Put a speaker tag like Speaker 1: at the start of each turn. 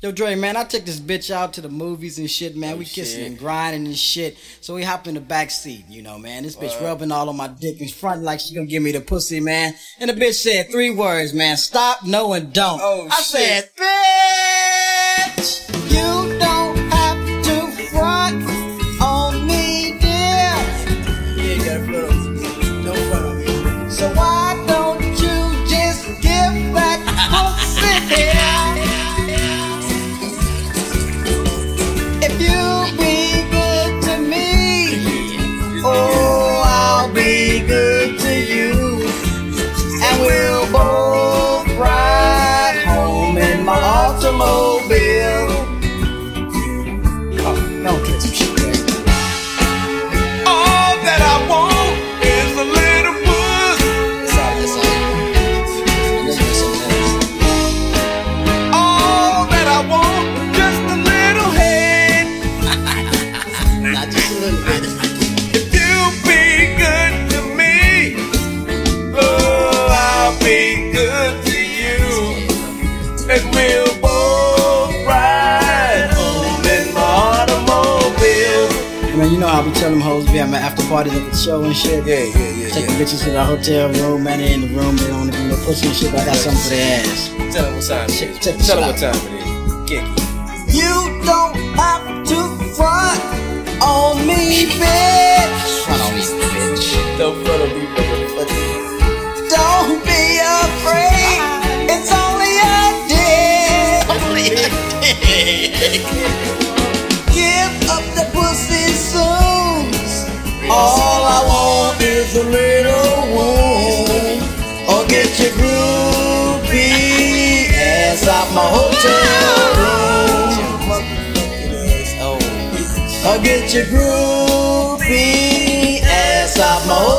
Speaker 1: Yo, Dre, man, I took this bitch out to the movies and shit, man.
Speaker 2: Oh,
Speaker 1: we kissing
Speaker 2: shit.
Speaker 1: and grinding and shit. So we hop in the back seat, you know, man. This bitch
Speaker 2: Word.
Speaker 1: rubbing all on my dick and fronting like she gonna give me the pussy, man. And the bitch said three words, man. Stop, no, and don't.
Speaker 2: Oh,
Speaker 1: I
Speaker 2: shit.
Speaker 1: said, bitch, you don't have to front on me, dear.
Speaker 2: ain't gotta front on me. Don't front on me.
Speaker 1: So why don't you just give that pussy here? If you be good to me, oh, I'll be good to you. And we'll both ride home in my automobile. Oh, don't get some shit there.
Speaker 3: All that I want is a little pussy. All that I want, just a little head.
Speaker 1: Not just a little bit.
Speaker 3: If you be good to me, oh, I'll be good to you. And we'll both ride home in my automobile.
Speaker 1: I mean, you know, I'll be telling them hoes be at my after parties at the show and shit.
Speaker 2: Yeah, yeah, yeah,
Speaker 1: Take
Speaker 2: yeah.
Speaker 1: the bitches to the hotel room, man. They in the room, they don't want to do no pussy and shit, but I got something for their ass.
Speaker 2: Tell them what time it is.
Speaker 1: Check- check
Speaker 2: Tell them what
Speaker 1: this
Speaker 2: time it is. Kiki.
Speaker 1: You don't have to front on me, bitch. Front on me, bitch.
Speaker 2: Don't front on me, motherfucker.
Speaker 1: Don't be afraid. It's only a dick. Only a dick. Give up the pussy soon.
Speaker 3: All I want is a little wound. Or get your groovy ass out my hotel room. Or get your groovy ass out my